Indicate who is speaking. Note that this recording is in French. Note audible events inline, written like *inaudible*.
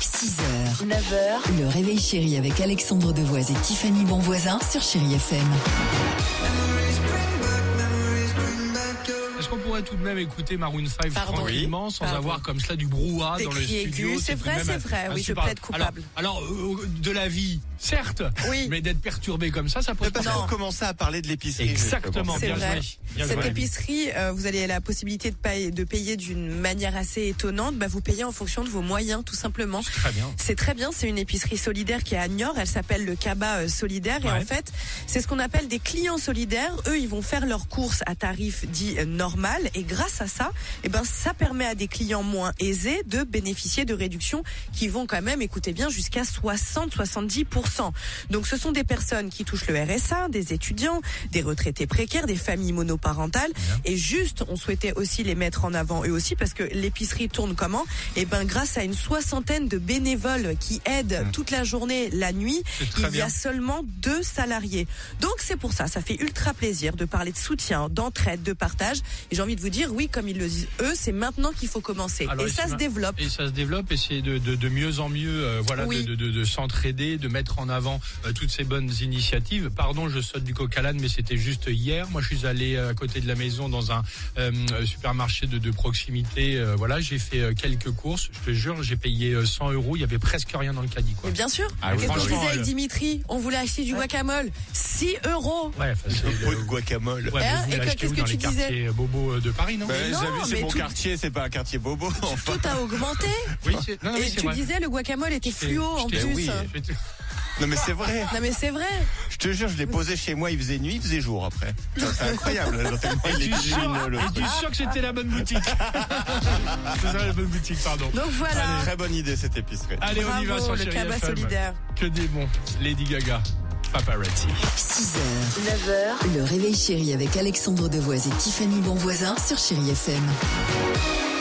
Speaker 1: 6h, 9h, le réveil chéri avec Alexandre Devoise et Tiffany Bonvoisin sur Chéri FM.
Speaker 2: Est-ce qu'on pourrait tout de même écouter Maroon 5
Speaker 3: Pardon.
Speaker 2: tranquillement sans
Speaker 3: Pardon.
Speaker 2: avoir comme cela du brouhaha
Speaker 3: Des
Speaker 2: dans le
Speaker 3: cris aigus.
Speaker 2: studio
Speaker 3: C'est
Speaker 2: tout de
Speaker 3: vrai,
Speaker 2: même
Speaker 3: c'est vrai. Oui, je
Speaker 2: insupportable.
Speaker 3: plaide coupable.
Speaker 2: Alors, alors, euh, de la vie, certes,
Speaker 3: Oui.
Speaker 2: mais d'être perturbé comme ça, ça pose
Speaker 4: Parce
Speaker 2: problème.
Speaker 4: qu'on commençait à parler de l'épicerie.
Speaker 2: Exactement,
Speaker 3: C'est
Speaker 2: bien
Speaker 3: vrai.
Speaker 2: joué. Bien
Speaker 3: Cette
Speaker 2: joué.
Speaker 3: épicerie, euh, vous avez la possibilité de payer, de payer d'une manière assez étonnante. Bah, vous payez en fonction de vos moyens, tout simplement.
Speaker 2: Très bien.
Speaker 3: C'est très bien, c'est une épicerie solidaire qui est à Niort, elle s'appelle le Cabas euh, Solidaire et
Speaker 2: Ouais.
Speaker 3: en fait, c'est ce qu'on appelle des clients solidaires. Eux, ils vont faire leurs courses à tarif dit euh, normal et grâce à ça, eh ben ça permet à des clients moins aisés de bénéficier de réductions qui vont quand même, écoutez bien, jusqu'à 60-70%. Donc ce sont des personnes qui touchent le RSA, des étudiants, des retraités précaires, des familles monoparentales et juste, on souhaitait aussi les mettre en avant eux aussi parce que l'épicerie tourne comment Eh ben grâce à une soixantaine de bénévoles qui aident toute la journée, la nuit,
Speaker 2: Mmh. C'est très
Speaker 3: il y
Speaker 2: bien.
Speaker 3: a seulement deux salariés. Donc c'est pour ça, ça fait ultra plaisir de parler de soutien, d'entraide, de partage. Et j'ai envie de vous dire, oui, comme ils le disent eux, c'est maintenant qu'il faut commencer.
Speaker 2: Alors,
Speaker 3: et ça
Speaker 2: est-ce
Speaker 3: se
Speaker 2: que-
Speaker 3: développe.
Speaker 2: Et ça se développe, et c'est de, de- de mieux en mieux, euh, voilà,
Speaker 3: Oui.
Speaker 2: de, de- de- de s'entraider, de mettre en avant euh, toutes ces bonnes initiatives. Pardon, je saute du coq à l'âne, mais c'était juste hier. Moi, je suis allé euh, à côté de la maison dans un euh, euh, supermarché de, de proximité. euh, voilà, j'ai fait euh, quelques courses. Je te jure, j'ai payé euh, 100 euros. Il y avait presque rien dans le caddie, quoi.
Speaker 3: Mais bien sûr,
Speaker 2: Ah oui,
Speaker 3: qu'est-ce qu'on
Speaker 2: franchement,
Speaker 3: disait avec
Speaker 2: le-
Speaker 3: Dimitri On voulait acheter du guacamole. 6 euros
Speaker 2: Ouais, enfin,
Speaker 4: *laughs*
Speaker 2: c'est- euh,
Speaker 4: Le pot de guacamole.
Speaker 2: Ouais,
Speaker 3: Hein,
Speaker 2: mais vous
Speaker 3: et que-
Speaker 2: l'achetez où
Speaker 3: qu'est-ce que
Speaker 2: dans
Speaker 3: tu
Speaker 2: les
Speaker 3: disais
Speaker 2: quartiers bobos euh, de Paris, non
Speaker 4: Bah,
Speaker 3: Mais non,
Speaker 4: j'avoue, c'est
Speaker 3: mais
Speaker 4: mon
Speaker 3: tout-
Speaker 4: quartier, c'est pas un quartier bobo. enfin.
Speaker 3: Tout a augmenté.
Speaker 2: Ah Oui, c'est non, non, mais
Speaker 3: et
Speaker 2: c'est
Speaker 3: tu
Speaker 2: vrai.
Speaker 3: disais, le guacamole était
Speaker 2: J'étais-
Speaker 3: fluo en
Speaker 2: j'étais-
Speaker 3: plus.
Speaker 2: oui,
Speaker 3: Non
Speaker 2: j'étais-
Speaker 4: Non mais c'est vrai.
Speaker 3: mais c'est vrai.
Speaker 4: Je te jure, je l'ai posé chez moi, il faisait nuit, il faisait jour après. Ça, C'est *laughs* incroyable. là, tellement il est
Speaker 2: Tu es
Speaker 4: lumineux,
Speaker 2: sûr,
Speaker 4: le
Speaker 2: et tu
Speaker 4: truc.
Speaker 2: es sûr que c'était la bonne boutique *laughs* C'est ça la bonne boutique, pardon.
Speaker 3: Donc voilà.
Speaker 4: Très bonne idée cette épicerie.
Speaker 2: Allez, on y va
Speaker 3: Bravo,
Speaker 2: sur
Speaker 3: le
Speaker 2: Chéri
Speaker 3: cabas
Speaker 2: FM.
Speaker 3: solidaire.
Speaker 2: Que des bons. Lady Gaga, Paparazzi.
Speaker 1: 6h, 9h, le réveil chéri avec Alexandre Devoise et Tiffany Bonvoisin sur Chéri FM.